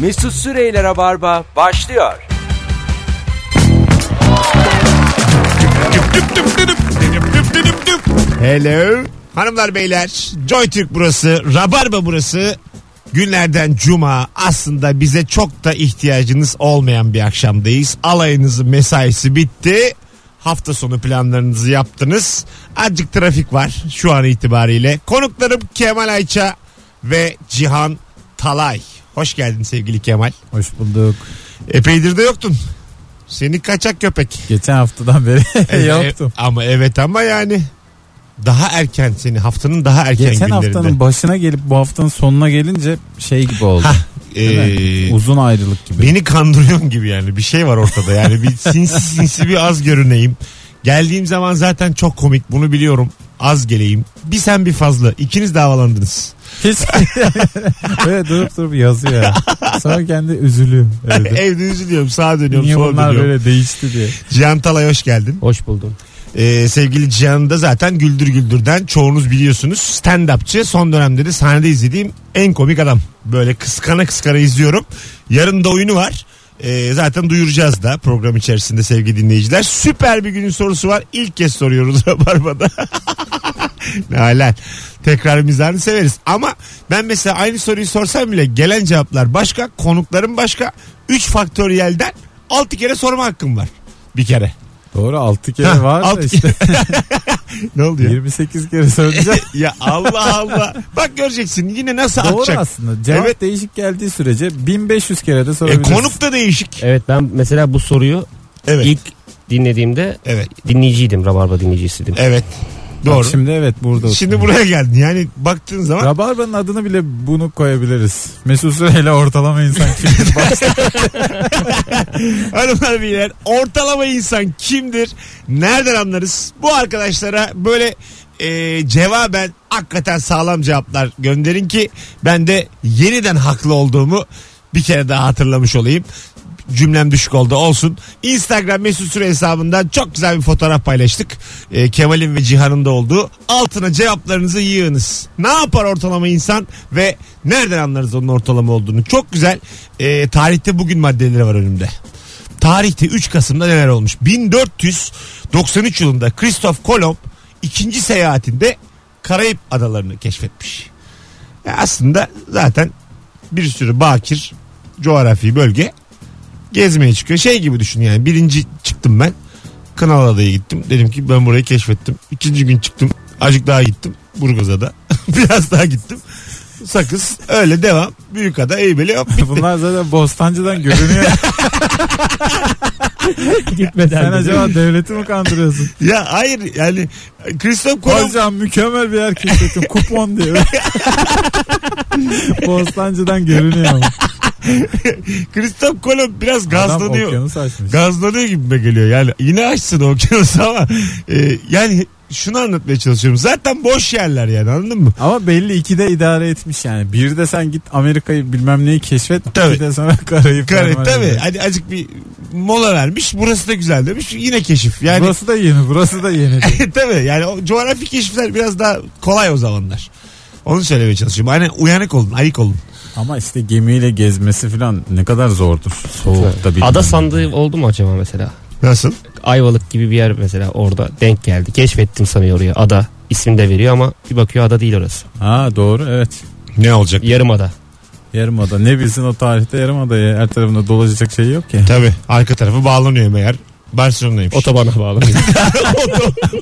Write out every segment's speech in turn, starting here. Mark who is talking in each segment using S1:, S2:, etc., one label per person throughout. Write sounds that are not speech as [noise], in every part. S1: Mesut Süreyler'e barba başlıyor.
S2: Hello. Hanımlar beyler Joy Türk burası Rabarba burası günlerden cuma aslında bize çok da ihtiyacınız olmayan bir akşamdayız alayınızın mesaisi bitti hafta sonu planlarınızı yaptınız azıcık trafik var şu an itibariyle konuklarım Kemal Ayça ve Cihan Talay hoş geldin sevgili Kemal
S3: Hoş bulduk.
S2: epeydir de yoktun seni kaçak köpek
S3: Geçen haftadan beri [laughs] yoktum.
S2: E, ama evet ama yani daha erken seni haftanın daha erken
S3: Geçen
S2: günlerinde.
S3: haftanın başına gelip bu haftanın sonuna gelince şey gibi oldu.
S2: Hah,
S3: Değil mi?
S2: e,
S3: Uzun ayrılık gibi.
S2: beni kandırıyorsun gibi yani bir şey var ortada yani
S3: [laughs]
S2: bir sinsi sinsi bir az görüneyim. Geldiğim zaman zaten çok komik bunu biliyorum az geleyim. Bir sen bir fazla ikiniz de havalandınız.
S3: Hiç. [laughs] Böyle durup durup yazıyor. ya. Sonra kendi üzülüyor. Evde.
S2: Evde üzülüyorum sağa dönüyorum
S3: Niye
S2: sola
S3: bunlar
S2: dönüyorum.
S3: böyle değişti diye.
S2: Cihan Talay hoş geldin.
S4: Hoş buldum.
S2: Ee, sevgili Cihan'ı da zaten Güldür Güldür'den çoğunuz biliyorsunuz. Stand-upçı son dönemde de sahnede izlediğim en komik adam. Böyle kıskana kıskana izliyorum. Yarın da oyunu var. Ee, zaten duyuracağız da program içerisinde sevgili dinleyiciler. Süper bir günün sorusu var. İlk kez soruyoruz [laughs] Rabarba'da. Halen. Tekrar mizahını severiz. Ama ben mesela aynı soruyu sorsam bile gelen cevaplar başka, konuklarım başka. 3 faktöriyelden 6 kere sorma hakkım var. Bir kere.
S3: Doğru 6
S2: Hah,
S3: kere var da
S2: altı
S3: işte
S2: [laughs] Ne
S3: [laughs]
S2: oluyor?
S3: 28
S2: [laughs]
S3: kere söyleyeceğim.
S2: ya Allah Allah. Bak göreceksin yine nasıl
S3: Doğru
S2: akacak.
S3: aslında. Cevap
S2: Evet.
S3: değişik geldiği sürece 1500 kere de
S2: E,
S3: sorabiliriz.
S2: konuk da değişik.
S4: Evet ben mesela bu soruyu
S2: Evet.
S4: ilk dinlediğimde
S2: Evet.
S4: dinleyiciydim.
S2: [laughs]
S4: Rabarba dinleyicisiydim.
S2: Evet.
S3: Bak
S2: Doğru. Şimdi,
S3: Şimdi evet burada. oturuyor.
S2: buraya geldin. Yani baktığın zaman
S3: Rabarba'nın adını bile bunu koyabiliriz. Mesut Süreyle ortalama insan
S2: [laughs]
S3: kimdir?
S2: hanımlar beyler ortalama insan kimdir? Nereden anlarız? Bu arkadaşlara böyle e, cevaben hakikaten sağlam cevaplar gönderin ki ben de yeniden haklı olduğumu bir kere daha hatırlamış olayım. Cümlem düşük oldu olsun. Instagram mesut süre hesabından çok güzel bir fotoğraf paylaştık. E, Kemal'in ve Cihan'ın da olduğu. Altına cevaplarınızı yığınız. Ne yapar ortalama insan ve nereden anlarız onun ortalama olduğunu? Çok güzel. E, tarihte bugün maddeleri var önümde. Tarihte 3 Kasım'da neler olmuş? 1493 yılında Kristof Kolomb ikinci seyahatinde Karayip adalarını keşfetmiş. Ya aslında zaten bir sürü bakir coğrafi bölge gezmeye çıkıyor. Şey gibi düşün yani birinci çıktım ben Kanal Adaya gittim. Dedim ki ben burayı keşfettim. İkinci gün çıktım. Acık daha gittim. Burgazada. [laughs] Biraz daha gittim. Sakız. Öyle devam. Büyükada, Eybeli. Hop, bitti.
S3: Bunlar zaten
S2: [laughs]
S3: Bostancı'dan görünüyor.
S4: Gitmeden
S3: Sen
S4: de-
S3: acaba devleti mi kandırıyorsun?
S2: Ya hayır yani Kristof Kolomb
S3: Hocam mükemmel bir erkek seçim.
S2: [laughs]
S3: Kupon diyor. Bostancı'dan görünüyor ama.
S2: Kristof Kolomb biraz
S3: Adam
S2: gazlanıyor.
S3: okyanus açmış.
S2: Gazlanıyor gibime geliyor yani. Yine açsın o okyanusu [laughs] ama e, yani şunu anlatmaya çalışıyorum. Zaten boş yerler yani anladın mı?
S3: Ama belli ikide idare etmiş yani. Bir de sen git Amerika'yı bilmem neyi keşfet.
S2: Tabii.
S3: Bir de sonra Karayip.
S2: Kare
S3: Marmara'yı
S2: tabii.
S3: keşfet.
S2: Hadi azıcık bir mola vermiş. Burası da güzel demiş. Yine keşif. Yani
S3: Burası da yeni, burası
S2: [laughs]
S3: da yeni.
S2: tabii yani o coğrafi keşifler biraz daha kolay o zamanlar. Onu söylemeye çalışıyorum. Hani uyanık olun, ayık olun.
S3: Ama işte gemiyle gezmesi falan ne kadar zordur. Soğukta bilmem.
S4: Ada sandığı oldu mu acaba mesela?
S2: Nasıl?
S4: Ayvalık gibi bir yer mesela orada denk geldi. Keşfettim sanıyor oraya ada. İsmini de veriyor ama bir bakıyor ada değil orası.
S3: Ha doğru evet.
S2: Ne olacak?
S4: Yarım ada.
S3: Yarımada ne bilsin o tarihte yarımadaya her tarafında dolaşacak şey yok ki.
S2: Tabii. Arka tarafı bağlanıyor meğer. Barcelona'ymış.
S4: Otobana bağlı.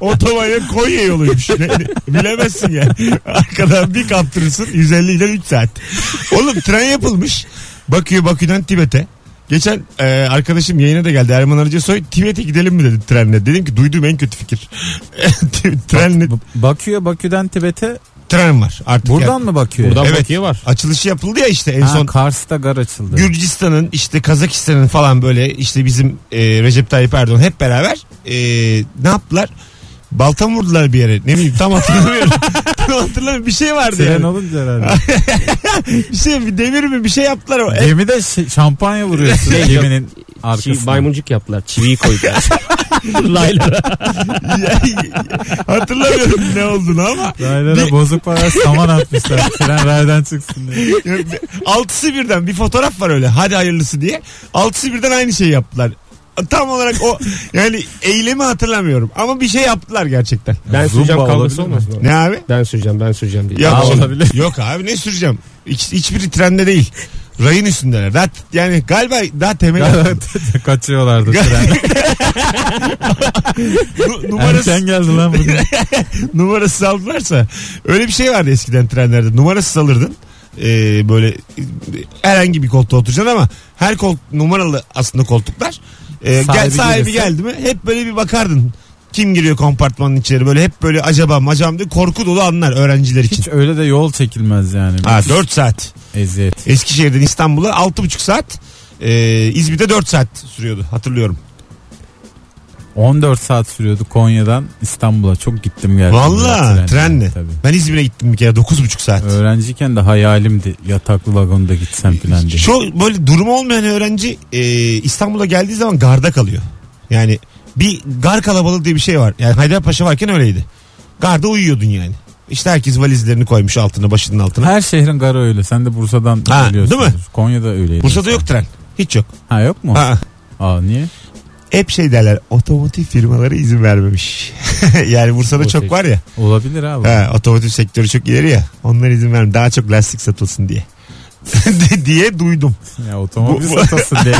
S2: Otobaya Konya yoluymuş. Ne- ne- Bilemezsin yani. Arkadan bir kaptırırsın 150 ile 3 saat. Oğlum tren yapılmış. Bakıyor Bakü'den Tibet'e. Geçen e, arkadaşım yayına da geldi. Erman Arıcısoy Tibet'e gidelim mi dedi trenle. Dedim ki duyduğum en kötü fikir. [laughs] trenle,
S3: B- Bakü'ye Bakü'den Tibet'e
S2: tren var artık.
S3: buradan
S2: yani.
S3: mı Bakü'ye?
S4: Buradan
S2: Evet.
S4: bakıyor var.
S2: Açılışı yapıldı ya işte en
S3: Ha,
S2: son.
S3: Kars'ta gar açıldı.
S2: Gürcistan'ın işte Kazakistan'ın falan böyle işte bizim e, Recep Tayyip Erdoğan hep beraber e, ne yaptılar? Balta mı vurdular bir yere? Ne bileyim tam hatırlamıyorum. tam hatırlamıyorum. Bir şey vardı
S3: Tren
S2: yani.
S3: olunca
S2: [laughs]
S3: herhalde.
S2: Bir şey bir demir mi bir şey yaptılar. o. E, Şey,
S3: Gemide şi- şampanya vuruyorsun geminin Arkasına.
S4: Çivi, maymuncuk yaptılar. Çiviyi koydular. Laylara.
S2: [laughs] Hatırlamıyorum ne olduğunu ama
S3: Raylara bozuk para
S2: [laughs]
S3: saman atmışlar. Tren raydan çıksın diye.
S2: altısı birden bir fotoğraf var öyle hadi hayırlısı diye. Altısı birden aynı şeyi yaptılar. Tam olarak o yani eylemi hatırlamıyorum ama bir şey yaptılar gerçekten.
S4: Ben
S3: Zumba
S4: süreceğim
S3: olabilir
S4: kavgası
S3: mi?
S4: olmaz mı?
S2: Ne abi?
S4: Ben süreceğim ben süreceğim diye.
S2: Yok,
S3: Aa,
S2: şimdi- [laughs]
S3: olabilir.
S2: yok abi ne süreceğim? Hiç, hiçbiri trende değil. Rayın üstündeler. Daha, yani galiba daha temel.
S3: [laughs]
S2: [laughs]
S3: Kaçıyorlardı tren.
S2: Nu- numarası,
S3: Erken geldi
S2: [laughs]
S3: lan bugün.
S2: numarasız aldılarsa. Öyle bir şey vardı eskiden trenlerde. Numarasız alırdın. Ee, böyle e, herhangi bir koltuğa oturacaksın ama her kol numaralı aslında koltuklar. Ee,
S3: Sahibi
S2: gel, sahibi
S3: gelirse-
S2: geldi mi hep böyle bir bakardın. Kim giriyor kompartmanın içeri böyle hep böyle acaba macam diye korku dolu anlar öğrenciler için.
S3: Hiç öyle de yol çekilmez yani.
S2: Ha, 4 saat.
S3: Eziyet.
S2: Eskişehir'den İstanbul'a 6,5 saat. Ee, İzmir'de 4 saat sürüyordu hatırlıyorum.
S3: 14 saat sürüyordu Konya'dan İstanbul'a. Çok gittim geldim.
S2: Valla
S3: Trenle,
S2: trenle.
S3: Tabii.
S2: Ben İzmir'e gittim bir kere 9,5 saat.
S3: Öğrenciyken de hayalimdi yataklı vagonda gitsem filan diye.
S2: Çok böyle durumu olmayan öğrenci e, İstanbul'a geldiği zaman garda kalıyor. Yani bir gar kalabalığı diye bir şey var. Yani Haydarpaşa varken öyleydi. Garda uyuyordun yani. İşte herkes valizlerini koymuş altına başının altına.
S3: Her şehrin garı öyle. Sen de Bursa'dan
S2: Ha,
S3: biliyorsun.
S2: değil mi?
S3: Konya'da öyleydi.
S2: Bursa'da yok tren. Hiç yok.
S3: Ha yok mu?
S2: Aa,
S3: Aa niye?
S2: hep şey derler otomotiv firmaları izin vermemiş. [laughs] yani Bursa'da çok
S4: Otomotiv.
S2: var ya.
S3: Olabilir abi.
S2: Ha, otomotiv sektörü çok ileri ya. Onlar izin vermiyor. Daha çok lastik satılsın diye. [laughs] diye duydum.
S3: Ya otomobil
S2: Bu- bu-
S3: satasın
S2: [laughs]
S3: diye.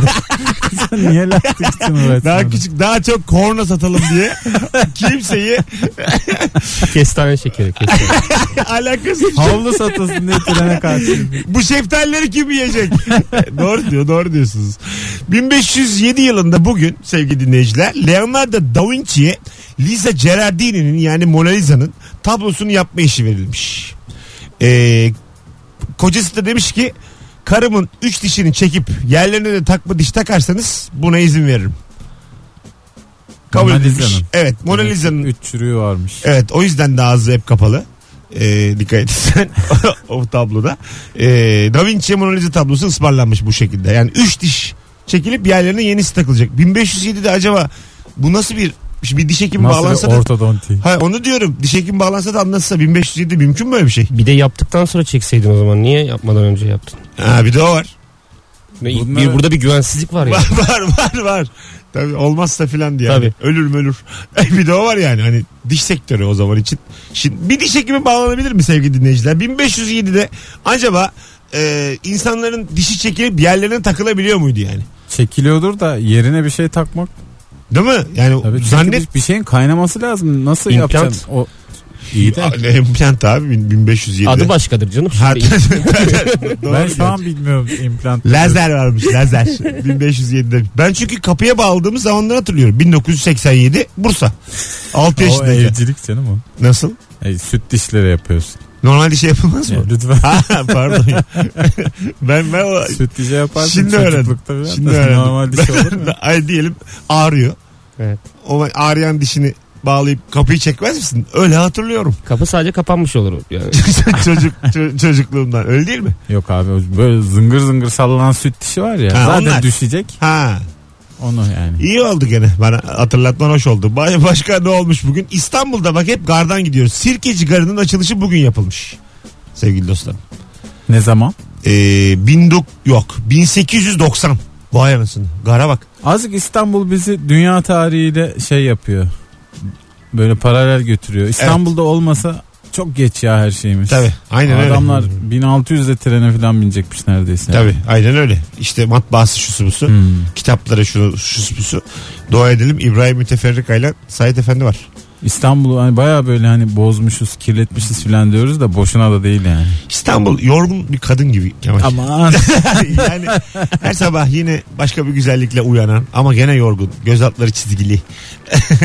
S3: Sen niye lastik için uğraşıyorsun?
S2: Daha küçük daha çok korna satalım diye kimseyi
S4: Kestane şekeri. Kestane.
S2: alakası
S3: Havlu satasın diye trene karşı.
S2: bu şeftalileri kim yiyecek? [laughs] doğru diyor doğru diyorsunuz. 1507 yılında bugün sevgili dinleyiciler Leonardo da Vinci'ye Lisa Gerardini'nin yani Mona Lisa'nın tablosunu yapma işi verilmiş. Ee, kocası da demiş ki karımın 3 dişini çekip yerlerine de takma diş takarsanız buna izin veririm. Kabul
S3: Mona
S2: edilmiş.
S3: Lisa'nın.
S2: Evet Mona Lisa'nın
S3: Üç çürüğü varmış.
S2: Evet o yüzden de ağzı hep kapalı. Ee, dikkat etsen [laughs] o tabloda. Ee, da Vinci Mona Lisa tablosu ısmarlanmış bu şekilde. Yani 3 diş çekilip yerlerine yenisi takılacak. 1507'de acaba bu nasıl bir bir diş hekimi
S3: Nasıl
S2: bağlansa
S3: bir
S2: da
S3: ortodonti?
S2: Ha, onu diyorum. Diş hekimi bağlansa da anlatsa 1507 mümkün mü böyle bir şey?
S4: bir de yaptıktan sonra çekseydin o zaman. Niye yapmadan önce yaptın?
S2: Ha, bir de o var.
S4: Ve
S3: Bunlar-
S4: Bir, burada bir güvensizlik var ya.
S2: Var [laughs] var var var. Tabii olmazsa filan diye.
S4: Tabii.
S2: Ölür mü ölür. [laughs] bir de o var yani hani diş sektörü o zaman için. Şimdi bir diş hekimi bağlanabilir mi sevgili dinleyiciler? 1507'de acaba e, insanların dişi çekilip yerlerine takılabiliyor muydu yani?
S3: Çekiliyordur da yerine bir şey takmak.
S2: Değil mi? Yani
S3: Tabii çünkü
S2: zannet
S3: bir- bir şeyin kaynaması lazım. Nasıl
S4: İmplant.
S3: yapacaksın? O iyi de.
S2: A- implant abi 1507'de.
S4: Adı başkadır canım. Şey,
S2: Ha,
S4: Şimdi
S3: [laughs]
S2: Doğru
S3: Ben şu
S2: diyor.
S3: an bilmiyorum implant.
S2: Lazer varmış
S3: [laughs]
S2: lazer 1507'de. Ben çünkü kapıya bağladığımız zamanları hatırlıyorum. 1987 Bursa. 6
S3: O
S2: yaşındayken.
S3: evcilik canım o.
S2: Nasıl?
S3: E, süt dişleri yapıyorsun.
S2: Normalde şey yapılmaz mı?
S3: Ya, lütfen [laughs]
S2: Ha, pardon. ben ben o,
S3: süt dişi yaparsın.
S2: Şimdi öğrendim.
S3: çocuklukta falan da
S2: Şimdi öğrendim.
S3: Normal şey diş
S2: [laughs]
S3: olur mu?
S2: ay diyelim ağrıyor.
S4: Evet.
S2: O ağrıyan dişini bağlayıp kapıyı çekmez misin? Öyle hatırlıyorum. [laughs]
S4: Kapı sadece kapanmış olur. Yani.
S2: Çocuk ço- çocukluğumdan. Öyle değil mi?
S3: Yok abi o böyle zıngır zıngır sallanan süt dişi var ya.
S2: Ha,
S3: zaten
S2: onlar.
S3: düşecek
S2: Ha.
S3: onu yani.
S2: İyi oldu gene. Bana hatırlatman hoş oldu. Ba- Başka ne olmuş bugün? İstanbul'da bak hep gardan gidiyoruz. Sirkeci Garı'nın açılışı bugün yapılmış. Sevgili dostlar.
S3: Ne zaman?
S2: Ee, bin dok- yok 1890. Vay anasını. Gara bak.
S3: Azıcık İstanbul bizi dünya tarihiyle şey yapıyor. Böyle paralel götürüyor. İstanbul'da olmasa çok geç ya her şeyimiz.
S2: Tabii. Aynen öyle.
S3: Adamlar 1600'de trene falan binecekmiş neredeyse.
S2: Tabii aynen öyle. İşte matbaası şusu busu.
S3: Hmm.
S2: kitaplara şu şu busu. Dua edelim İbrahim Müteferrika ile Sait Efendi var.
S3: İstanbul'u hani baya böyle hani bozmuşuz, kirletmişiz filan diyoruz da boşuna da değil yani.
S2: İstanbul yorgun bir kadın gibi Kemal.
S3: Aman.
S2: yani her sabah yine başka bir güzellikle uyanan ama gene yorgun. Göz altları çizgili. [laughs]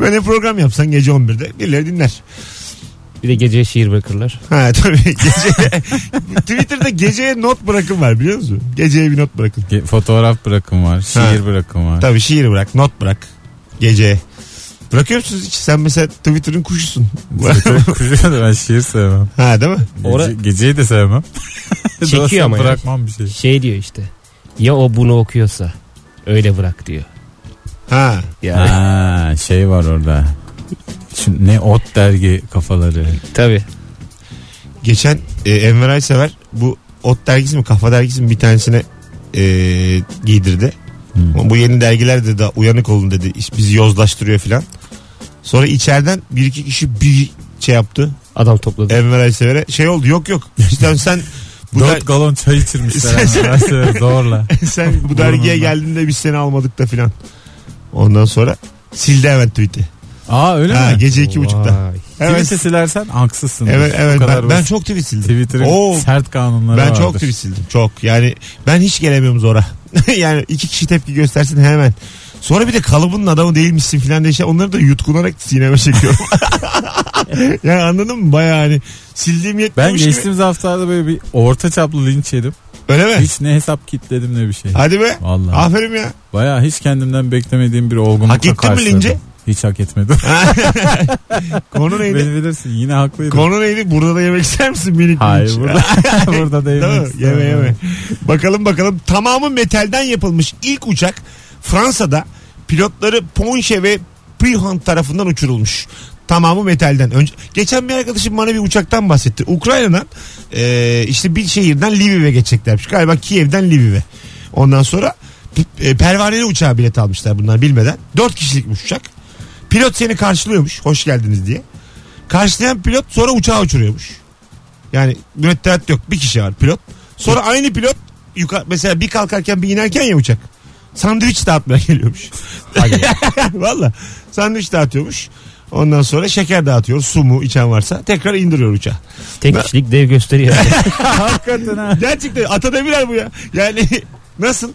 S2: Böyle program yapsan gece 11'de birileri dinler.
S4: Bir de gece şiir bırakırlar.
S2: Ha tabii gece [laughs] Twitter'da geceye not bırakın var biliyor musun? Geceye bir not bırakın.
S3: [laughs] Ge- Fotoğraf bırakım var, şiir
S2: Ha.
S3: bırakım var.
S2: Tabii şiir bırak, not bırak. Geceye. Bırakıyor musunuz hiç? Sen mesela Twitter'ın kuşusun. [laughs]
S3: Çok kuşuyor da ben şiir sevmem.
S2: ha değil mi?
S3: Gece,
S4: Ora-
S3: geceyi
S2: [laughs]
S3: de sevmem.
S4: Çekiyor
S3: Dolayısıyla
S4: ama ya.
S3: Bırakmam bir şey.
S4: Şey diyor işte. Ya o bunu okuyorsa Öyle bırak diyor.
S2: Ha.
S4: Yani
S3: Ha, şey var orada. Şu ne ot dergi kafaları.
S4: tabii.
S2: Geçen e, Enver Aysever bu ot dergisi mi kafa dergisi mi bir tanesine e, giydirdi.
S3: Hmm.
S2: Ama Bu yeni dergiler de daha uyanık olun dedi. İş- Bizi yozlaştırıyor filan. Sonra içeriden bir iki kişi bir şey yaptı.
S4: Adam topladı.
S2: Enver Aysever'e şey oldu yok yok. İşte sen bu,
S3: Dört
S2: der-
S3: galon
S2: [laughs]
S3: çay içirmişler.
S2: Sen-
S3: ama. Nasıl? Zorla.
S2: sen bu dergiye
S3: Burnundan.
S2: geldiğinde biz seni almadık da filan. Ondan sonra sildi hemen tweet'i.
S3: Aa öyle
S2: Ha,
S3: mi?
S2: gece iki
S4: Vay.
S2: buçukta. Evet,
S3: Twitter'ı silersen haksızsın.
S2: evet, evet.
S3: O kadar
S2: Ben, ben
S3: basit.
S2: çok tweet sildim.
S3: Twitter'ın
S2: Oo,
S3: sert kanunları
S2: Ben
S3: vardır.
S2: çok tweet sildim. Çok. Yani ben hiç gelemiyorum zora. [laughs] yani iki kişi tepki göstersin hemen. Sonra bir de kalıbının adamı değilmişsin filan diye şey. Onları da yutkunarak sineme çekiyorum. [laughs] yani anladın mı? Baya hani sildiğim
S3: Ben
S2: yetmemiş gibi.
S3: geçtiğimiz haftalarda böyle bir orta çaplı linç yedim.
S2: Öyle mi?
S3: Hiç ne hesap kitledim ne bir şey.
S2: Hadi be.
S3: Vallahi.
S2: Aferin ya.
S3: Bayağı hiç kendimden beklemediğim bir olgunlukla
S2: Ah. Hak ettin mi
S3: karşıladım.
S2: linci?
S3: Hiç
S2: [laughs]
S3: hak etmedim. [laughs]
S2: Konu neydi?
S3: Beni bilirsin yine haklıydım.
S2: Konu neydi? Burada da yemek ister misin minik
S3: [laughs] Hayır
S2: minik?
S3: burada, [laughs] burada değil.
S2: Değil mi? Yeme yeme. Bakalım bakalım. Tamamı metalden yapılmış ilk uçak Fransa'da pilotları Ponche ve Prihand tarafından uçurulmuş. Tamamı metalden. Önce, geçen bir arkadaşım bana bir uçaktan bahsetti. Ukrayna'dan e, işte bir şehirden Lviv'e geçeceklermiş. Galiba Kiev'den Lviv'e. Ondan sonra e, pervaneli uçağa bilet almışlar bunlar bilmeden. Dört kişilikmiş uçak. Pilot seni karşılıyormuş. Hoş geldiniz diye. Karşılayan pilot sonra uçağa uçuruyormuş. Yani mürettebat yok. Bir kişi var pilot. Sonra aynı pilot yukarı, mesela bir kalkarken bir inerken ya uçak. Sandviç dağıtmaya [laughs] geliyormuş. [laughs] Valla sandviç dağıtıyormuş. Ondan sonra şeker dağıtıyor. Su mu içen varsa tekrar indiriyor uçağı.
S4: Tek kişilik dev
S2: [laughs]
S4: gösteriyor.
S3: Hakikaten ha.
S2: Gerçekten ata demirler bu ya. Yani [laughs] nasıl?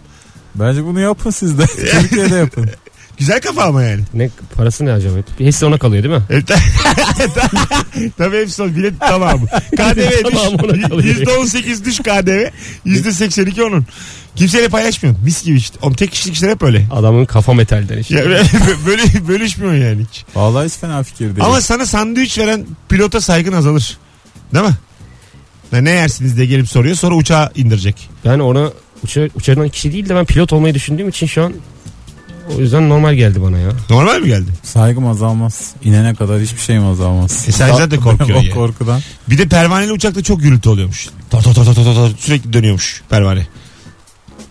S3: Bence bunu
S2: [laughs]
S3: yapın siz de. Türkiye'de yapın.
S2: Güzel kafa ama yani. [laughs]
S4: ne parası ne acaba? Hepsi ona kalıyor değil mi?
S2: Evet. Tabii hepsi o bilet
S4: [laughs]
S2: tamamı. KDV
S4: Tamamı ona kalıyor.
S2: düş. %18 düş KDV. %82 onun. Kimseyle paylaşmıyorsun. Mis gibi işte. Oğlum tek kişilik işler hep öyle.
S4: Adamın kafa metalden işte.
S2: Ya [laughs] bö- böyle bölüşmüyorsun yani hiç.
S3: Vallahi hiç fena fikir değil.
S2: Ama sana sandviç veren pilota saygın azalır. Değil mi? Ya ne yersiniz diye gelip soruyor sonra uçağa indirecek.
S4: Ben ona uça, uçarından kişi değil de ben pilot olmayı düşündüğüm için şu an o yüzden normal geldi bana ya.
S2: Normal mi geldi?
S3: Saygım azalmaz. İnene kadar hiçbir şeyim azalmaz.
S2: E sen zaten korkuyorsun
S3: O
S2: ya.
S3: korkudan.
S2: Bir de pervaneli uçakta çok gürültü oluyormuş. Tar tar tar tar tar tar sürekli dönüyormuş pervane.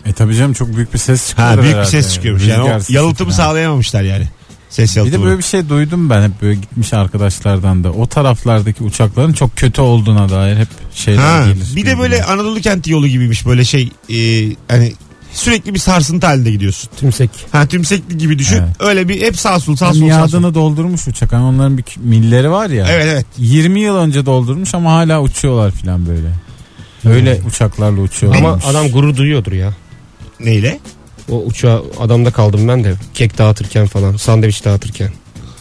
S3: E tabi canım çok büyük bir ses çıkıyor.
S2: Ha büyük bir ses çıkıyormuş. Yani o yalıtımı sağlayamamışlar yani. Ses
S3: Bir de
S2: yalıtımı.
S3: böyle bir şey duydum ben hep böyle gitmiş arkadaşlardan da. O taraflardaki uçakların çok kötü olduğuna dair hep şeyler
S2: Ha,
S3: gelir.
S2: bir de böyle Anadolu kenti yolu gibiymiş böyle şey e, hani sürekli bir sarsıntı halinde gidiyorsun.
S4: Tümsek.
S2: Ha tümsekli gibi düşün.
S3: Evet.
S2: Öyle bir hep sağ sol sağ sol sağ sol.
S3: Miadını doldurmuş uçak. Hani onların bir milleri var ya.
S2: Evet evet.
S3: 20 yıl önce doldurmuş ama hala uçuyorlar filan böyle. Öyle uçaklarla uçuyorlar.
S4: Ama adam gurur duyuyordur ya.
S2: Neyle?
S4: O uçağa adamda kaldım ben de. Kek dağıtırken falan, sandviç dağıtırken.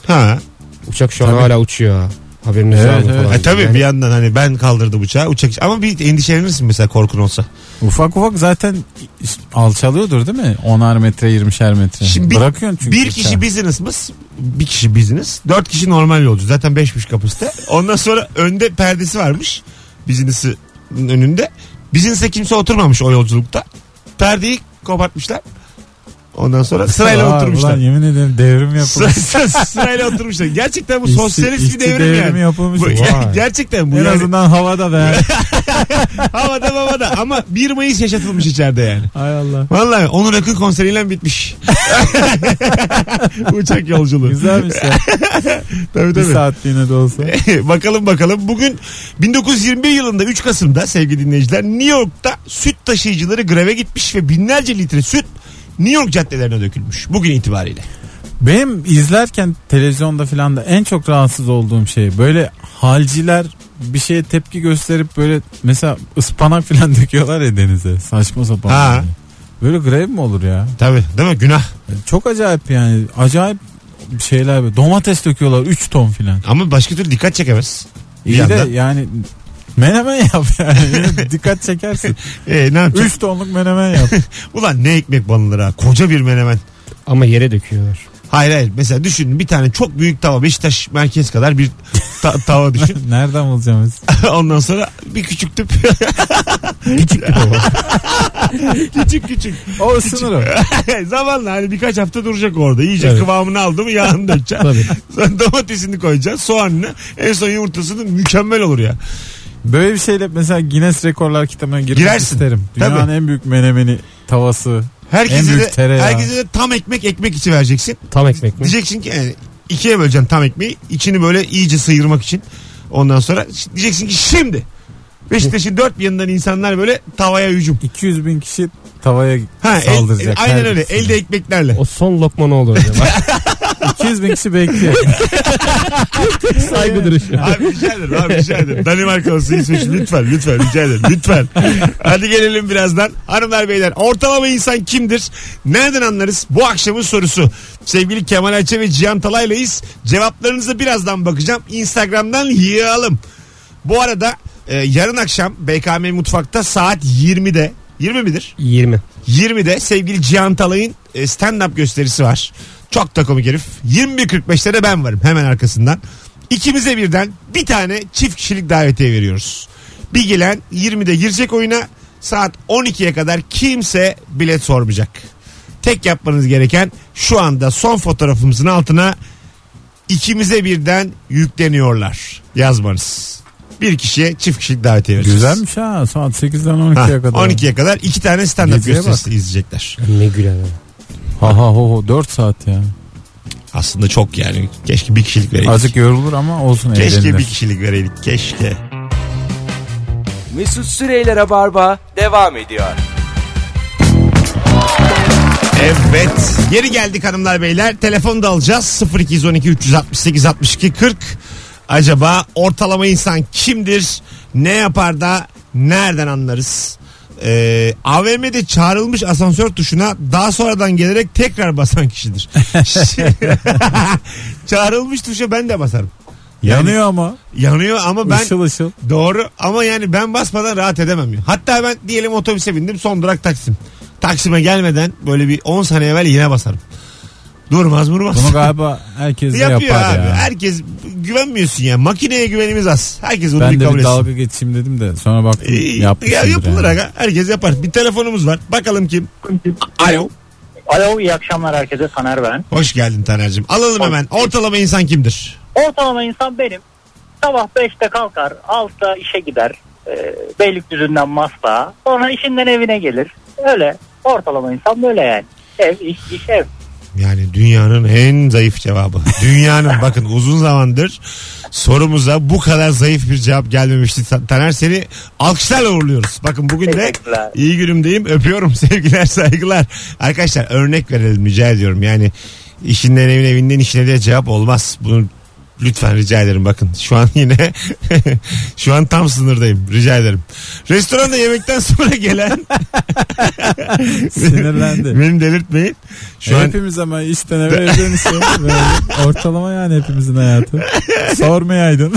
S2: Ha.
S4: Uçak şu an
S3: Tabii.
S4: hala uçuyor ha. Haberiniz
S3: Evet,
S4: var mı
S3: evet. E,
S4: falan.
S2: Ha, tabii
S4: Yani
S2: bir yandan hani ben kaldırdım uçağı uçak ama bir endişelenirsin mesela korkun olsa.
S3: ufak ufak zaten alçalıyordur değil mi? 10'ar metre 20'şer metre.
S2: Şimdi bir-
S3: Bırakıyorsun çünkü
S2: bir kişi
S3: uçağı.
S2: business mıs? Bir kişi business. Dört kişi normal yolcu. Zaten beşmiş kapasite. Ondan sonra önde perdesi varmış. Business'ın önünde. Business'e kimse oturmamış o yolculukta. Perdeyi kopartmışlar. Ondan
S3: [laughs]
S2: sonra sırayla
S3: Aa,
S2: oturmuşlar.
S3: Ulan yemin ederim devrim
S2: Sıra,
S3: yapılmış.
S2: [laughs] sıra- sırayla oturmuşlar. Gerçekten bu
S3: İşçi-
S2: sosyalist
S3: işçi
S2: bir devrim yani.
S3: yapılmış.
S2: Bu-
S3: Vay.
S2: [laughs] gerçekten bu
S3: en
S2: yani.
S3: azından havada be.
S2: [laughs] Havada havada ama 1 Mayıs yaşatılmış içeride yani.
S3: Hay Allah.
S2: Vallahi onun rakı konseriyle
S3: [laughs]
S2: bitmiş. Uçak yolculuğu.
S3: Güzelmiş
S2: [laughs]
S3: ya.
S2: Tabii
S3: bir
S2: tabii.
S3: saatliğine de
S2: [laughs]
S3: olsa.
S2: bakalım bakalım. Bugün 1921 yılında 3 Kasım'da sevgili dinleyiciler New York'ta süt taşıyıcıları greve gitmiş ve binlerce litre süt New York caddelerine dökülmüş bugün itibariyle.
S3: Benim izlerken televizyonda filan da en çok rahatsız olduğum şey böyle halciler bir şeye tepki gösterip böyle mesela ıspanak filan [laughs] döküyorlar ya denize. Saçma sapan.
S2: Ha.
S3: yani. Böyle grev mi olur ya?
S2: Tabii değil mi? Günah.
S3: Çok acayip yani. Acayip şeyler böyle. Domates döküyorlar 3 ton filan.
S2: Ama başka türlü dikkat çekemez. Bir
S3: İyi de
S2: yandan.
S3: yani menemen yap [laughs] yani. Yine Dikkat çekersin.
S2: Ee, ne yapacak?
S3: 3 tonluk menemen
S2: [laughs]
S3: yap.
S2: Ulan ne ekmek banılır ha. Koca bir menemen.
S4: Ama yere döküyorlar.
S2: Hayır hayır. Mesela düşünün bir tane çok büyük tava. Beşiktaş merkez kadar bir ta- tava düşün. [laughs]
S3: Nereden bulacağım biz? [laughs]
S2: Ondan sonra bir küçük tüp.
S4: Küçük bir baba.
S2: [laughs] küçük küçük. [laughs]
S3: O ısınır o.
S2: Zamanla hani birkaç hafta duracak orada. İyice kıvamını aldı mı yağını dökeceksin.
S3: [laughs] Tabii.
S2: [laughs] Sonra domatesini koyacaksın. Soğanını. En son yumurtasını mükemmel olur ya.
S3: Böyle bir şeyle mesela Guinness Rekorlar kitabına girmek
S2: Girersin.
S3: isterim.
S2: Tabii.
S3: Dünyanın en büyük menemeni tavası. En
S2: Herkese
S3: büyük
S2: de,
S3: tereyağı.
S2: herkese de tam ekmek ekmek içi vereceksin.
S4: Tam ekmek mi?
S2: Diyeceksin ki yani ikiye böleceksin tam ekmeği. İçini böyle iyice sıyırmak için. Ondan sonra ş- diyeceksin ki şimdi. Beşiktaş'ın dört bir yanından insanlar böyle tavaya hücum.
S3: 200 bin kişi tavaya
S2: Ha, el-
S3: saldıracak.
S2: aynen
S3: her şey.
S2: öyle.
S3: ikisine.
S2: Elde ekmeklerle.
S4: O son lokma ne
S3: [laughs]
S4: olur acaba?
S3: 200 bin
S2: [laughs]
S3: kişi bekliyor.
S4: [laughs] Saygı duruşu.
S2: Abi rica ederim abi rica ederim. Danimarkalısı İsveç lütfen lütfen rica ederim lütfen. Hadi gelelim birazdan. Hanımlar beyler ortalama insan kimdir? Nereden anlarız? Bu akşamın sorusu. Sevgili Kemal Ayça ve Cihan Talay'layız. Cevaplarınıza birazdan bakacağım. Instagram'dan yığalım. Bu arada e, yarın akşam BKM Mutfak'ta saat 20'de 20 midir?
S4: 20.
S2: 20'de sevgili Cihan Talay'ın e, stand-up gösterisi var. Çok da komik herif. 21.45'te de ben varım hemen arkasından. İkimize birden bir tane çift kişilik davetiye veriyoruz. Bir gelen 20'de girecek oyuna saat 12'ye kadar kimse bilet sormayacak. Tek yapmanız gereken şu anda son fotoğrafımızın altına ikimize birden yükleniyorlar yazmanız. Bir kişiye çift kişilik davetiye vereceğiz.
S3: Güzelmiş ha. Saat 8'den
S2: Ha,
S3: 12'ye kadar.
S2: 12'ye kadar iki tane stand-up
S3: Geceye
S2: gösterisi izleyecekler.
S4: Ne güler. ya.
S3: Ha ha ho ho 4 saat ya.
S2: Aslında çok yani. Keşke bir kişilik vereydik.
S3: Azıcık yorulur ama olsun
S2: Keşke
S3: eğlenilir.
S2: bir kişilik vereydik. Keşke.
S1: Mesut Süreyler'e barba devam ediyor.
S2: Evet. Geri geldik hanımlar beyler. Telefonu da alacağız. 0212 368 62 40. Acaba ortalama insan kimdir? Ne yapar da nereden anlarız? Ee, AVM'de çağrılmış asansör tuşuna daha sonradan gelerek tekrar basan kişidir. [laughs] çağrılmış tuşa ben de basarım.
S3: Yanıyor ama.
S2: Yanıyor ama ben
S3: Işıl ışıl.
S2: Doğru ama yani ben basmadan rahat edemem. ya. Hatta ben diyelim otobüse bindim son durak Taksim. Taksim'e gelmeden böyle bir 10 saniye evvel yine basarım. Durmaz durmaz. [laughs]
S3: Bunu galiba herkes de
S2: Yapıyor
S3: yapar
S2: abi.
S3: ya.
S2: Herkes güvenmiyorsun ya. Makineye güvenimiz az. Herkes bunu bir
S3: ben de
S2: kabul
S3: bir
S2: etsin.
S3: dalga geçeyim dedim de sonra baktım
S2: Ee,
S3: yapmışımdır.
S2: ya yapılır
S3: yani.
S2: aga. Herkes yapar. Bir telefonumuz var. Bakalım kim? Alo.
S5: Alo iyi akşamlar herkese Taner ben.
S2: Hoş geldin Taner'cim. Alalım hemen. Ortalama insan kimdir?
S5: Ortalama insan benim. Sabah 5'te kalkar 6'da işe gider. E, Beylikdüzü'nden Maslak'a. Sonra işinden evine gelir. Öyle ortalama insan böyle yani. Ev iş iş ev.
S2: Yani dünyanın en zayıf cevabı. Dünyanın bakın uzun zamandır sorumuza bu kadar zayıf bir cevap gelmemişti. Ta- Taner seni alkışlarla uğurluyoruz. Bakın bugün de
S5: Teşekkürler.
S2: iyi günümdeyim. Öpüyorum [laughs] sevgiler saygılar. Arkadaşlar örnek verelim rica ediyorum. Yani işinden evin evinden işine diye cevap olmaz. Bunu lütfen rica ederim bakın. Şu an yine [laughs] şu an tam sınırdayım. Rica ederim. Restoranda yemekten sonra gelen [laughs]
S3: Sinirlendi.
S2: beni delirtmeyin. Şu an
S3: Hepimiz ama işten eve evden [laughs] işe. Böyle Ortalama yani hepimizin hayatı. Sormayaydın.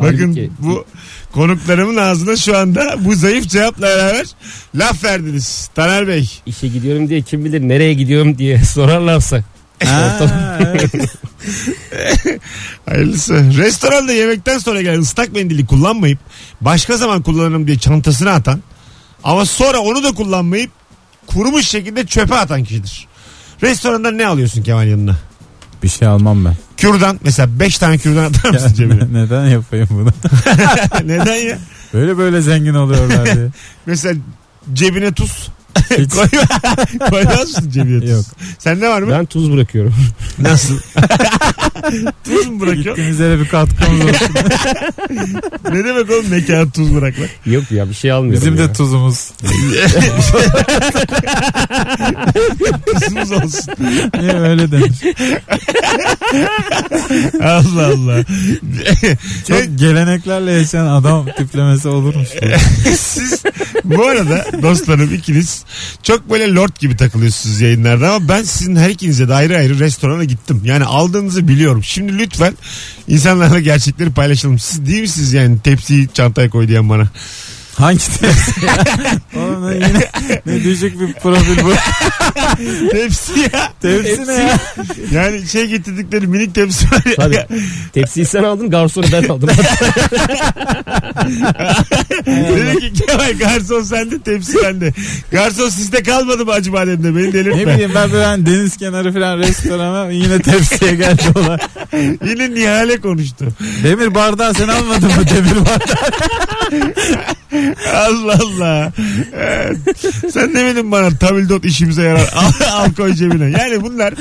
S2: Bakın
S4: Halbuki-
S2: bu konuklarımın ağzına şu anda bu zayıf cevapla beraber laf verdiniz. Taner Bey.
S4: İşe gidiyorum diye kim bilir nereye gidiyorum diye [laughs] sorarlarsa.
S3: [laughs] Ha, evet.
S2: Hayırlısı. Restoranda yemekten sonra gelen ıslak mendili kullanmayıp başka zaman kullanırım diye çantasına atan ama sonra onu da kullanmayıp kurumuş şekilde çöpe atan kişidir. Restoranda ne alıyorsun Kemal yanına?
S3: bir şey almam ben.
S2: Kürdan mesela 5 tane kürdan atar mısın
S3: Ya,
S2: cebine? [laughs]
S3: ne- neden yapayım bunu?
S2: Neden ya?
S3: Böyle böyle zengin oluyorlar diye. [laughs]
S2: Mesela cebine tuz.
S3: Hiç.
S2: Koy, koymaz mısın cebine tuz?
S3: Yok.
S2: Sende var mı?
S4: Ben tuz bırakıyorum. [laughs]
S2: Nasıl? [laughs] tuz mu bırakıyor?
S3: Gittiğimiz yere bir katkımız olsun.
S2: ne demek oğlum mekana tuz bırakmak?
S4: Yok ya bir şey almıyorum.
S3: Bizim
S4: ya.
S3: de tuzumuz.
S2: Tuzumuz olsun.
S3: Niye öyle denir?
S2: Allah Allah.
S3: Çok geleneklerle yaşayan adam tiplemesi olurmuş.
S2: Siz bu arada dostlarım ikiniz çok böyle lord gibi takılıyorsunuz yayınlarda ama ben sizin her ikinize de ayrı ayrı restorana gittim. Yani aldığınızı biliyorum. Şimdi lütfen insanlarla gerçekleri
S3: [laughs]
S2: paylaşalım. Siz değil misiniz yani tepsiyi çantaya koy diyen bana?
S3: Hangi tepsi? Oğlum falan. Yine, ne düşük bir profil bu.
S2: Tepsi ya.
S3: Tepsi ne ya?
S2: Yani şey getirdikleri minik tepsi var ya. [laughs]
S4: Tabii.
S3: [laughs]
S4: Tepsiyi sen aldın garsonu ben aldım.
S2: Dedi ki Kemal garson sende tepsi bende. Garson sizde kalmadı mı acaba dedim de beni delirtme.
S3: ne bileyim ben böyle hani deniz kenarı falan restorana yine tepsiye geldi olay.
S2: Yine Nihal'e konuştu.
S3: Demir bardağı sen almadın mı demir bardağı?
S2: Allah Allah. Ee, Sen demedin bana tabildot işimize yarar. Al, al koy cebine. Yani bunlar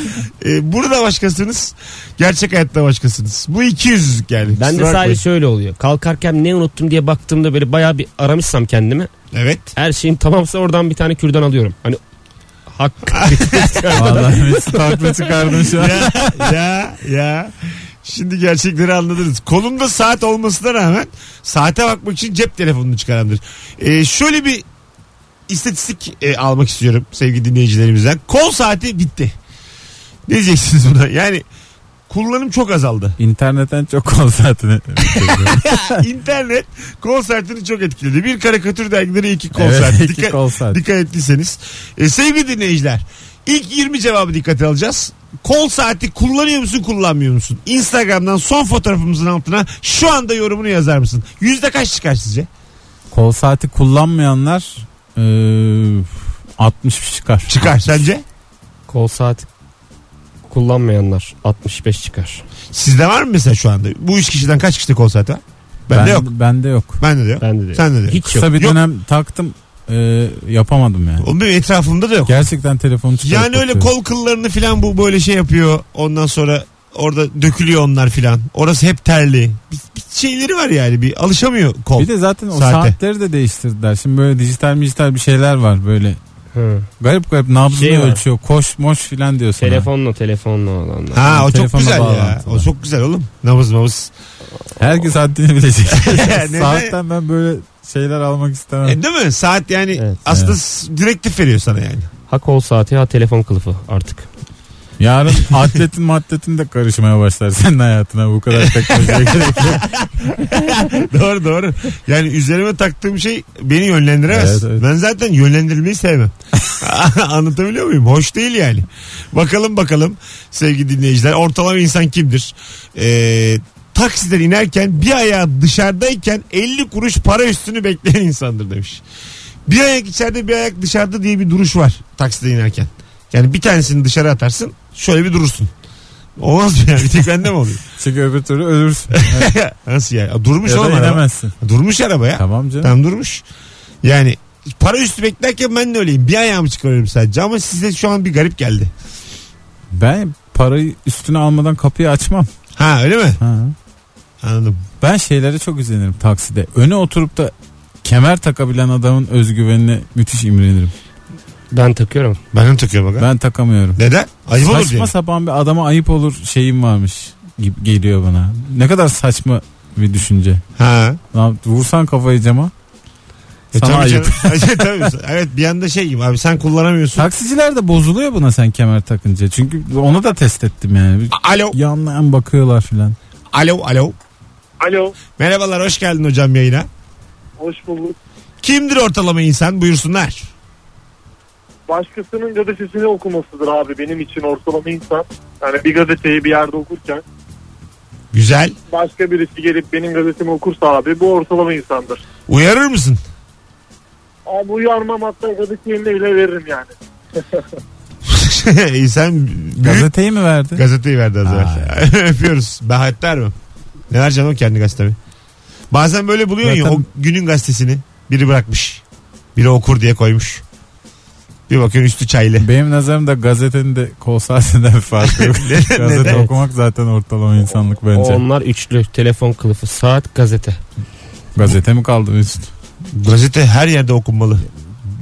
S2: e, burada başkasınız. Gerçek hayatta başkasınız. Bu 200 yani.
S4: ben de
S2: Kusura bakmayın.
S4: sadece şöyle oluyor. Kalkarken ne unuttum diye baktığımda böyle bayağı bir aramışsam kendimi.
S2: Evet.
S4: Her şeyim tamamsa oradan bir tane kürdan alıyorum. Hani hak
S2: [laughs]
S3: Vallahi Mesut haklı çıkardın şu an.
S2: Ya ya ya. Şimdi gerçekleri anladınız. Kolumda saat olmasına rağmen saate bakmak için cep telefonunu çıkarandır. Ee, şöyle bir istatistik e, almak istiyorum sevgili dinleyicilerimizden. Kol saati bitti. Ne diyeceksiniz buna? Yani kullanım çok azaldı.
S3: İnternetten çok kol saatini.
S2: [laughs] İnternet kol saatini çok etkiledi. Bir karikatür dergileri iki kol
S3: Evet,
S2: saati.
S3: iki
S2: Dikkat,
S3: kol saat.
S2: dikkat ettiyseniz. E, sevgili dinleyiciler ilk 20 cevabı dikkate alacağız. Kol saati kullanıyor musun kullanmıyor musun? Instagram'dan son fotoğrafımızın altına şu anda yorumunu yazar mısın? Yüzde kaç çıkar sizce?
S3: kol saati kullanmayanlar eee, 60 çıkar.
S2: Çıkar sence?
S4: kol saat kullanmayanlar 65 çıkar.
S2: Sizde var mı mesela şu anda? Bu üç kişiden kaç kişide kol saati var? Bende yok.
S3: Bende yok.
S2: Bende de yok.
S4: Ben de diyorum.
S2: Sende de yok.
S4: Hiç yok.
S3: Kısa bir
S2: Yok.
S3: dönem taktım eee, yapamadım yani.
S2: Onun benim etrafımda da yok.
S3: Gerçekten telefonu çıkarıp
S2: Yani öyle kol
S3: bakıyorum.
S2: kıllarını filan bu böyle şey yapıyor. Ondan sonra orada dökülüyor onlar filan. Orası hep terli. Bir, bir şeyleri var yani bir alışamıyor kol.
S3: Bir de zaten o
S2: Saate.
S3: saatleri de değiştirdiler. Şimdi böyle dijital dijital bir şeyler var böyle.
S4: Hı.
S3: Garip garip nabzını
S4: Şey var.
S3: ölçüyor. Koş moş filan diyor sana.
S4: Telefonla telefonla olanlar.
S2: Ha o çok
S3: Telefonla
S2: güzel ya.
S3: bağlantılı.
S2: O çok güzel oğlum. Nabız nabız.
S3: Herkes haddini [laughs] bilecek.
S2: Neden?
S3: Saatten ben böyle şeyler almak istemem.
S2: E, değil mi? Saat yani
S4: Evet,
S2: aslında s- direktif veriyor sana yani.
S4: Ha kol saati ha telefon kılıfı artık.
S3: Yarın atletin matletin de karışmaya başlar senin hayatına bu kadar takılmaya gerek [laughs] yok.
S2: [laughs] doğru doğru. Yani üzerime taktığım şey beni yönlendiremez.
S3: Evet, evet.
S2: Ben zaten yönlendirilmeyi sevmem. [laughs] Anlatabiliyor muyum? Hoş değil yani. Bakalım bakalım sevgili dinleyiciler ortalama insan kimdir? Ee, taksiden inerken bir ayağı dışarıdayken 50 kuruş para üstünü bekleyen insandır demiş. Bir ayak içeride bir ayak dışarıda diye bir duruş var taksiden inerken. Yani bir tanesini dışarı atarsın şöyle bir durursun. Olmaz mı yani? Bir tek bende mi oluyor? [laughs]
S3: Çünkü öbür türlü ölürsün.
S2: Nasıl yani? Durmuş
S3: ya da
S2: oğlum araba.
S3: inemezsin.
S2: Durmuş araba ya.
S3: Tamam canım.
S2: Tam durmuş. Yani para üstü beklerken ben de öyleyim. Bir ayağımı çıkarıyorum sadece ama size şu an bir garip geldi.
S3: Ben parayı üstüne almadan kapıyı açmam.
S2: Ha öyle mi?
S3: Ha.
S2: Anladım.
S3: Ben şeylere çok üzenirim takside. Öne oturup da kemer takabilen adamın özgüvenine müthiş imrenirim.
S4: Ben takıyorum.
S2: Ben de takıyorum bak. ha.
S3: Ben takamıyorum.
S2: Neden? Ayıp olur
S3: saçma
S2: diye.
S3: sapan bir adama ayıp olur şeyim varmış gibi geliyor bana. Ne kadar saçma bir düşünce.
S2: Ha.
S3: Lan vursan kafayı cama.
S2: E,
S3: Sana
S2: tabii
S3: ayıp.
S2: canım. Evet, tabii. Evet bir yanda şey gibi abi sen kullanamıyorsun.
S3: Taksiciler de bozuluyor buna sen kemer takınca. Çünkü onu da test ettim yani. Bir
S2: Alo.
S3: Yanlayan bakıyorlar filan.
S2: Alo. Alo.
S6: Alo,
S2: Merhabalar hoş geldin hocam yayına.
S6: hoş bulduk.
S2: Kimdir ortalama insan buyursunlar.
S6: Başkasının gazetesini okumasıdır abi benim için ortalama insan. Yani bir gazeteyi bir yerde okurken
S2: Güzel.
S6: başka birisi gelip benim gazetemi okursa abi bu ortalama insandır.
S2: Uyarır mısın? [laughs]
S6: Abi uyarmam hatta gazete yerine bile veririm yani.
S2: sen büyük
S3: Gazeteyi mi verdi?
S2: Gazeteyi verdi az
S3: Ha.
S2: evvel. [laughs] Öpüyoruz. Ben hayatlar mı? Ne vereceğim o kendi gazetemi? Bazen böyle buluyorsun ya o
S3: Zaten-
S2: günün gazetesini biri bırakmış. Biri okur diye koymuş. Bir bakıyorsun üstü
S3: [laughs]
S2: çaylı.
S3: Benim nazarımda gazetenin de kol saatinden bir farkı yok. Gazete
S2: [laughs] Neden?
S3: okumak zaten ortalama insanlık bence.
S4: Onlar üçlü telefon kılıfı saat gazete.
S3: Gazete mi kaldı Mesut?
S2: Gazete her yerde okunmalı.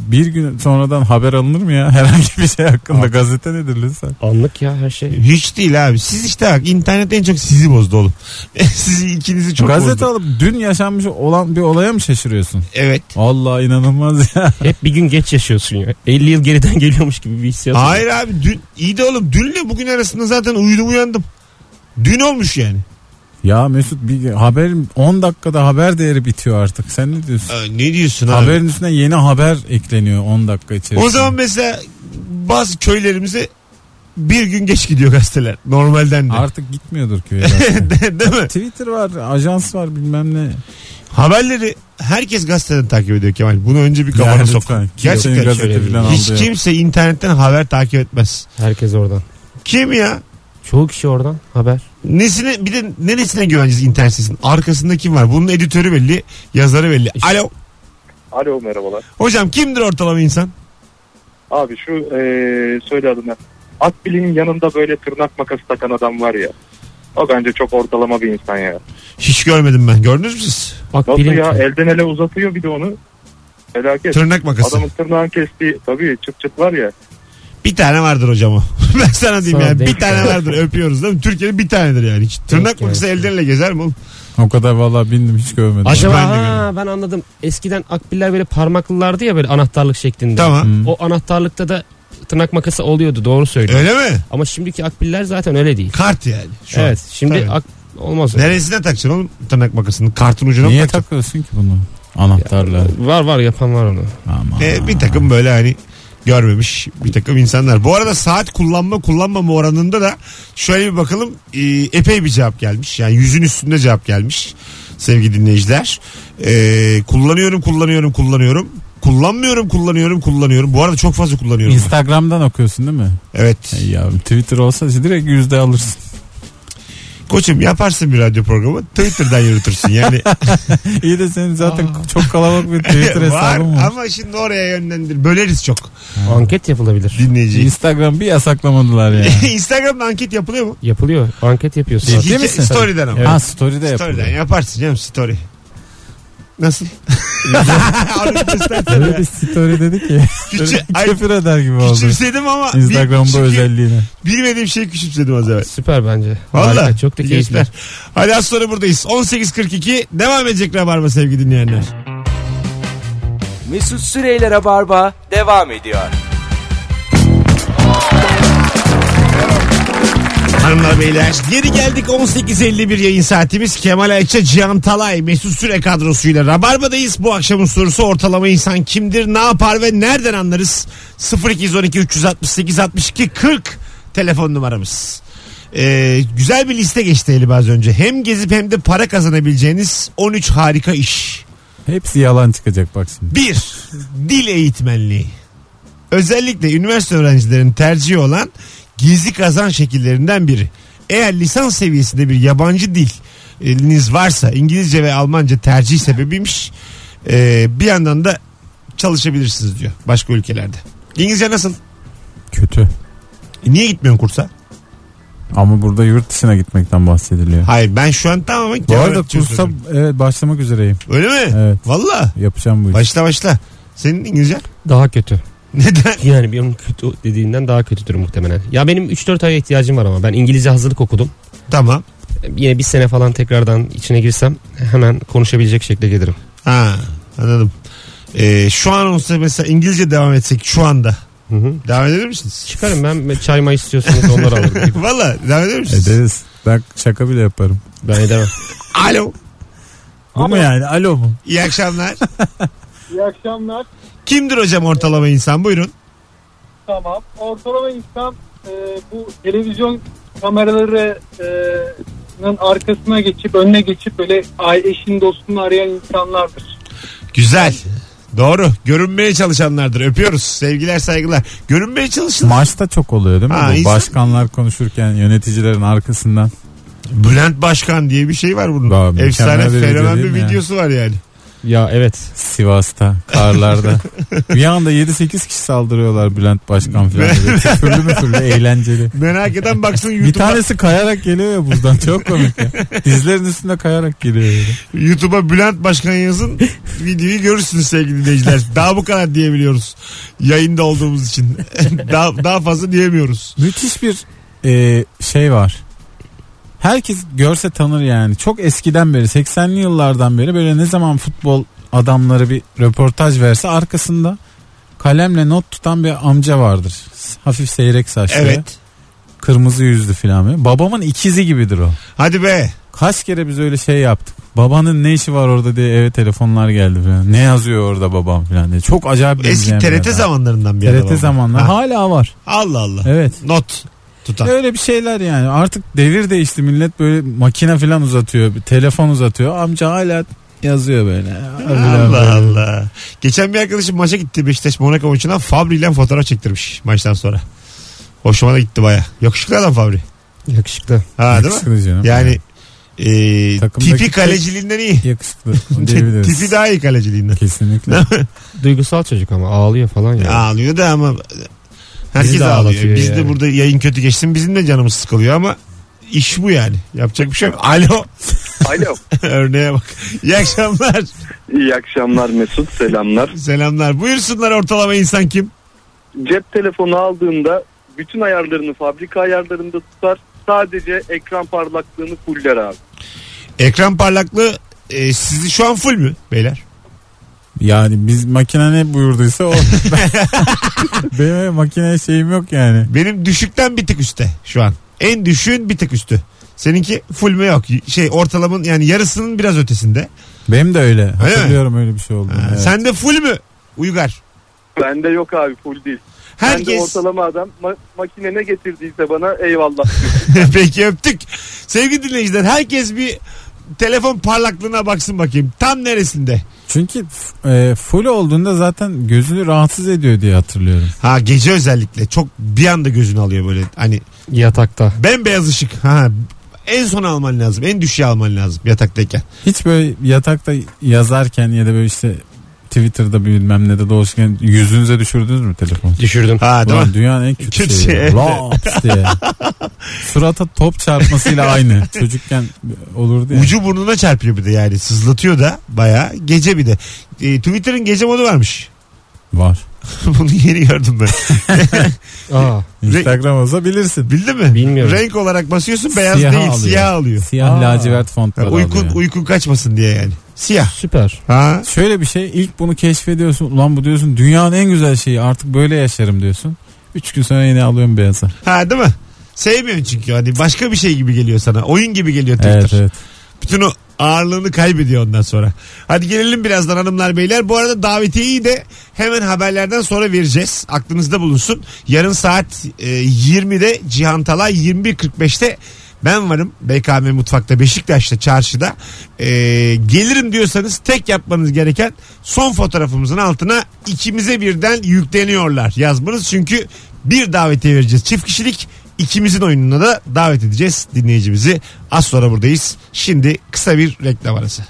S3: Bir gün sonradan haber alınır mı ya? [laughs] Herhangi bir şey hakkında gazete nedir lütfen?
S4: Anlık ya
S2: [laughs]
S4: her şey.
S2: Hiç değil abi. Siz işte bak internet en çok sizi bozdu oğlum. [laughs] sizi ikinizi çok
S3: gazete
S2: bozdu.
S3: alıp dün yaşanmış olan bir olaya mı şaşırıyorsun?
S2: Evet.
S3: Allah inanılmaz ya.
S4: Hep bir gün geç yaşıyorsun ya. 50 yıl geriden [laughs] geliyormuş gibi bir hissiyat. oluyor.
S2: Hayır abi dün iyi de oğlum dünle bugün arasında zaten uyudum uyandım. Dün olmuş yani.
S3: Ya Mesut bir haber 10 dakikada haber değeri bitiyor artık. Sen ne diyorsun?
S2: Ee, ne diyorsun abi?
S3: Haberin üstüne yeni haber ekleniyor 10 dakika içerisinde.
S2: O zaman mesela bazı köylerimize bir gün geç gidiyor gazeteler. Normalden de.
S3: artık gitmiyordur köye.
S2: [laughs]
S3: zaten.
S2: Değil mi?
S3: Twitter var, ajans var bilmem ne.
S2: Haberleri herkes gazeteden takip ediyor Kemal. Bunu önce bir kafana
S3: Yani
S2: sok.
S3: lütfen. Kimsenin
S2: Gerçekten
S3: gazete
S4: şöyle
S3: falan
S2: Hiç
S3: aldı ya.
S2: kimse internetten haber takip etmez.
S4: Herkes oradan.
S2: Kim ya?
S4: Çoğu kişi oradan haber.
S2: Nesine bir de neresine güveneceğiz internet sitesinin? Arkasında kim var? Bunun editörü belli, yazarı belli. Alo.
S6: Alo merhabalar.
S2: Hocam kimdir ortalama insan?
S6: Abi şu ee, söyle adını. Akbili'nin yanında böyle tırnak makası takan adam var ya. O bence çok ortalama bir insan ya.
S2: Hiç görmedim ben. Gördünüz mü siz?
S4: Bak
S6: Nasıl
S4: bilin
S6: ya
S4: ki.
S6: elden ele uzatıyor bir de onu. Felaket.
S2: Tırnak makası.
S6: Adamın tırnağını kestiği tabii çıt çıt
S2: [laughs]
S6: var ya.
S2: Bir tane vardır hocam o. [laughs] ben sana diyeyim
S4: Sana
S2: yani. Bir
S4: denk
S2: tane
S4: geldi.
S2: vardır. Öpüyoruz değil mi? Türkiye'de bir tanedir yani. Hiç tırnak
S4: geldi.
S2: makası elden ele gezer mi oğlum?
S3: O kadar valla bindim hiç görmedim.
S2: Acaba-
S4: Acaba
S2: Ben de
S4: ha, ben anladım. Eskiden akbiller böyle parmaklılardı ya böyle anahtarlık şeklinde.
S2: Tamam.
S3: Hmm.
S4: O anahtarlıkta da tırnak makası oluyordu doğru söylüyorsun.
S2: Öyle mi?
S4: Ama şimdiki akbiller zaten öyle değil.
S2: Kart yani. Şu
S4: evet şimdi
S2: Tabii.
S4: ak- olmaz.
S2: Neresine takacaksın oğlum tırnak makasını? Kartın ucuna mı
S3: Niye
S2: takacaksın?
S3: takıyorsun ki bunu? Anahtarla.
S4: Var var yapan var onu.
S3: Aman.
S2: Ee, bir takım böyle hani görmemiş bir takım insanlar. Bu arada saat kullanma kullanmama oranında da şöyle bir bakalım e, epey bir cevap gelmiş. Yani yüzün üstünde cevap gelmiş sevgili dinleyiciler. Ee, kullanıyorum kullanıyorum kullanıyorum. Kullanmıyorum kullanıyorum kullanıyorum. Bu arada çok fazla kullanıyorum.
S3: Instagram'dan okuyorsun değil mi?
S2: Evet.
S3: Ey yavrum, Twitter olsa direkt yüzde alırsın. [laughs]
S2: Koçum yaparsın bir radyo programı Twitter'dan yürütürsün. Yani [laughs]
S3: İyi de senin zaten çok kalabalık bir [laughs] Twitter
S2: var
S3: hesabın var.
S2: ama şimdi oraya yönlendir. Böleriz çok
S4: Anket yapılabilir.
S2: dinleyiciyi.
S3: Instagram bir yasaklamadılar ya.
S2: [laughs] Instagram'da anket yapılıyor mu?
S4: Yapılıyor. Anket yapıyorsun.
S3: Ciddi
S4: artık.
S2: Hikaye-
S3: misin?
S2: Story'den ama.
S3: Ha story'de yapılıyor.
S2: Story'den yaparsın canım story.
S3: [laughs]
S2: Nasıl? Abi göstersene
S3: Öyle
S2: ya.
S4: [laughs]
S3: bir story
S2: [laughs]
S3: dedi ki. [laughs]
S2: Küçü, ay,
S3: Küfür eder gibi oldu.
S2: küçümsedim ama bil-
S3: Instagram'da
S2: çünkü
S3: özelliğini.
S2: bilmediğim şeyi küçümsedim az evvel.
S4: Süper bence.
S2: Valla.
S4: Harika, Çok da keyifli.
S2: Dinleyiciler. Hadi az sonra buradayız. 18.42 devam edecek Rabarba sevgili dinleyenler.
S1: Mesut Süreyler'e barba devam ediyor.
S2: Hanımlar beyler geri geldik 18.51 yayın saatimiz Kemal Ayça, Cihan Talay, Mesut Süre kadrosuyla Rabarba'dayız. Bu akşamın sorusu ortalama insan kimdir, ne yapar ve nereden anlarız? 0212 368 62 40 telefon numaramız. Ee, güzel bir liste geçti Elif az önce. Hem gezip hem de para kazanabileceğiniz 13 harika iş.
S3: Hepsi yalan çıkacak bak şimdi.
S2: 1. Dil eğitmenliği. Özellikle üniversite öğrencilerin tercihi olan gizli kazan şekillerinden biri. Eğer lisans seviyesinde bir yabancı diliniz varsa İngilizce ve Almanca tercih sebebiymiş. Ee, bir yandan da çalışabilirsiniz diyor başka ülkelerde. İngilizce nasıl?
S3: Kötü.
S2: E, niye gitmiyorsun kursa?
S3: Ama burada yurt dışına gitmekten bahsediliyor.
S2: Hayır ben şu an tamamen
S3: Bu arada
S2: öğretici
S3: kursa
S2: söylüyorum.
S3: evet başlamak üzereyim.
S2: Öyle mi?
S3: Evet.
S2: Valla.
S3: Yapacağım bu işi.
S2: Başla başla. Senin İngilizce?
S4: Daha kötü.
S2: [laughs] Neden?
S4: Yani bir onun kötü dediğinden daha kötüdür muhtemelen. Ya benim 3-4 aya ihtiyacım var ama ben İngilizce hazırlık okudum.
S2: tamam.
S4: Yine bir sene falan tekrardan içine girsem hemen konuşabilecek şekle gelirim.
S2: Ha anladım. Ee, şu an olsa mesela İngilizce devam etsek şu anda.
S4: Hı hı.
S2: Devam eder misiniz?
S4: Çıkarım ben çay may istiyorsanız
S2: [laughs]
S4: onları alırım.
S2: Valla devam eder misiniz?
S3: Ederiz. Ben şaka bile yaparım.
S4: ben edemem.
S2: Alo.
S3: Bu mu yani? Alo mu?
S2: İyi akşamlar.
S6: İyi akşamlar.
S2: Kimdir hocam ortalama insan? Buyurun.
S6: Tamam. Ortalama insan e, bu televizyon kameralarının arkasına geçip önüne geçip böyle ay eşini dostunu arayan insanlardır.
S2: Güzel. Doğru. Görünmeye çalışanlardır. Öpüyoruz. Sevgiler saygılar. Görünmeye çalışın.
S3: Maçta çok oluyor değil mi?
S2: Ha,
S3: bu?
S2: insan-
S3: Başkanlar konuşurken yöneticilerin arkasından.
S2: Bülent Başkan diye bir şey var bunun.
S3: Daha mükemmel
S2: Efsane
S3: bir video
S2: fenomen
S3: değil
S2: bir
S3: mi ya?
S2: videosu var yani.
S4: ya evet.
S3: Sivas'ta
S2: [laughs]
S3: karlarda. bir anda 7-8 kişi saldırıyorlar Bülent Başkan
S2: [laughs]
S3: falan. Böyle Küfürlü müfürlü eğlenceli.
S2: Merak eden
S3: [laughs]
S2: baksın
S3: Bir
S2: YouTube'a
S3: tanesi kayarak geliyor ya buzdan [laughs] çok komik ya. Dizlerin üstünde kayarak geliyor. böyle.
S2: YouTube'a Bülent Başkan yazın videoyu görürsünüz sevgili dinleyiciler. Daha bu kadar diyebiliyoruz. Yayında olduğumuz için. daha, daha fazla diyemiyoruz.
S3: Müthiş bir e, şey var. Herkes görse tanır yani. Çok eskiden beri 80'li yıllardan beri böyle ne zaman futbol adamları bir röportaj verse arkasında kalemle not tutan bir amca vardır. Hafif seyrek saçlı.
S2: Evet.
S3: Kırmızı yüzlü filan. böyle. Babamın ikizi gibidir o.
S2: Hadi be.
S3: Kaç kere biz öyle şey yaptık. Babanın ne işi var orada diye eve telefonlar geldi falan. Ne yazıyor orada babam falan diye. Çok acayip.
S2: Eski
S3: benzeyen bir
S2: TRT
S3: adam.
S2: zamanlarından bir adam ama.
S3: TRT zamanlar.
S2: Ha.
S3: Hala var.
S2: Allah Allah.
S3: Evet.
S2: Not tutan.
S3: Öyle bir şeyler yani. Artık devir değişti. Millet böyle makine falan uzatıyor. Bir telefon uzatıyor. Amca hala yazıyor böyle.
S2: Allah Allah. Geçen bir arkadaşım maça gitti Beşiktaş Monaco maçına Fabri ile fotoğraf çektirmiş maçtan sonra. Hoşuma da gitti baya. Yakışıklı adam Fabri.
S4: Yakışıklı.
S2: Ha değil mi?
S3: Yakışıklı canım.
S2: Yani e,
S3: Takımdaki
S2: tipi
S3: tek-
S2: kaleciliğinden iyi. [laughs]
S3: Yakışıklı. diyebiliriz.
S2: tipi daha iyi kaleciliğinden.
S3: Kesinlikle.
S4: Duygusal çocuk ama ağlıyor falan ya.
S2: Ağlıyor da ama herkes
S4: Bizi de
S2: ağlıyor.
S4: ağlatıyor
S2: Biz de
S4: yani.
S2: burada yayın kötü geçsin bizim de canımız sıkılıyor ama iş bu yani. Yapacak bir şey yok. Alo. [laughs]
S6: Alo.
S2: Örneğe bak. İyi akşamlar.
S6: İyi akşamlar Mesut selamlar.
S2: Selamlar. Buyursunlar ortalama insan kim?
S6: Cep telefonu aldığında bütün ayarlarını fabrika ayarlarında tutar. Sadece ekran parlaklığını fuller abi.
S2: Ekran parlaklığı e, sizi şu an full mü beyler?
S3: Yani biz makine ne buyurduysa
S2: [laughs]
S3: o. Benim öyle makineye şeyim yok yani.
S2: Benim düşükten bir tık üstte şu an. En düşüğün bir tık üstü. Seninki full mü yok? Şey ortalamanın yani yarısının biraz ötesinde.
S3: Benim de öyle.
S2: mi?
S3: Hatırlıyorum öyle bir şey oldu.
S2: Ha,
S3: Evet.
S2: Sen de full mü? Uygar.
S6: Bende yok abi full değil. Ben de
S2: Herkes.
S6: ortalama adam ma- makine ne getirdiyse bana eyvallah.
S2: [laughs] Peki öptük. Sevgili dinleyiciler herkes bir telefon parlaklığına baksın bakayım. Tam neresinde?
S3: Çünkü e, full olduğunda zaten gözünü rahatsız ediyor diye hatırlıyorum.
S2: Ha gece özellikle çok bir anda gözünü alıyor böyle. Hani
S4: Yatakta.
S2: bembeyaz ışık. Ha en son alman lazım. En düşüğü alman lazım yataktayken.
S3: Hiç böyle yatakta yazarken ya da böyle işte Twitter'da bilmem ne de dolaşırken yüzünüze düşürdünüz mü telefon?
S4: Düşürdüm.
S2: Ha değil
S3: Ulan
S2: mi?
S3: dünyanın en kötü,
S2: Kötü
S3: şeyi.
S2: şey. [laughs]
S3: Laps diye. Surata top çarpmasıyla aynı. Çocukken olurdu ya.
S2: Ucu burnuna çarpıyor bir de yani. Sızlatıyor da bayağı. Gece bir de. E, Twitter'ın gece modu varmış. [laughs]
S3: Var.
S2: Bunu yeni gördüm ben.
S4: Aa,
S3: Instagram olsa bilirsin.
S2: Bildin mi?
S4: Bilmiyorum.
S2: Renk olarak basıyorsun beyaz
S3: Siyah
S2: değil
S3: alıyor.
S2: siyah alıyor.
S3: Siyah
S4: Aa.
S3: lacivert fontlar
S2: Yani uykun,
S3: alıyor.
S2: uykun kaçmasın diye yani. Siyah.
S4: süper.
S2: Ha?
S3: Şöyle bir şey ilk bunu keşfediyorsun. Ulan bu diyorsun dünyanın en güzel şeyi artık böyle yaşarım diyorsun. Üç gün sonra yine alıyorum beyaza.
S2: Ha değil mi? Sevmiyorsun çünkü hani başka bir şey gibi geliyor sana. Oyun gibi geliyor Twitter.
S3: Evet evet.
S2: Bütün o ağırlığını kaybediyor ondan sonra. Hadi gelelim birazdan hanımlar beyler. Bu arada davetiyeyi de hemen haberlerden sonra vereceğiz. Aklınızda bulunsun. Yarın saat e, 20'de Cihan Talay 21.45'te ben varım BKM Mutfak'ta Beşiktaş'ta çarşıda. E, gelirim diyorsanız tek yapmanız gereken son fotoğrafımızın altına ikimize birden yükleniyorlar yazmanız. Çünkü bir davetiye vereceğiz. Çift kişilik İkimizin oyununa da davet edeceğiz dinleyicimizi. Az sonra buradayız. Şimdi kısa bir reklam arası.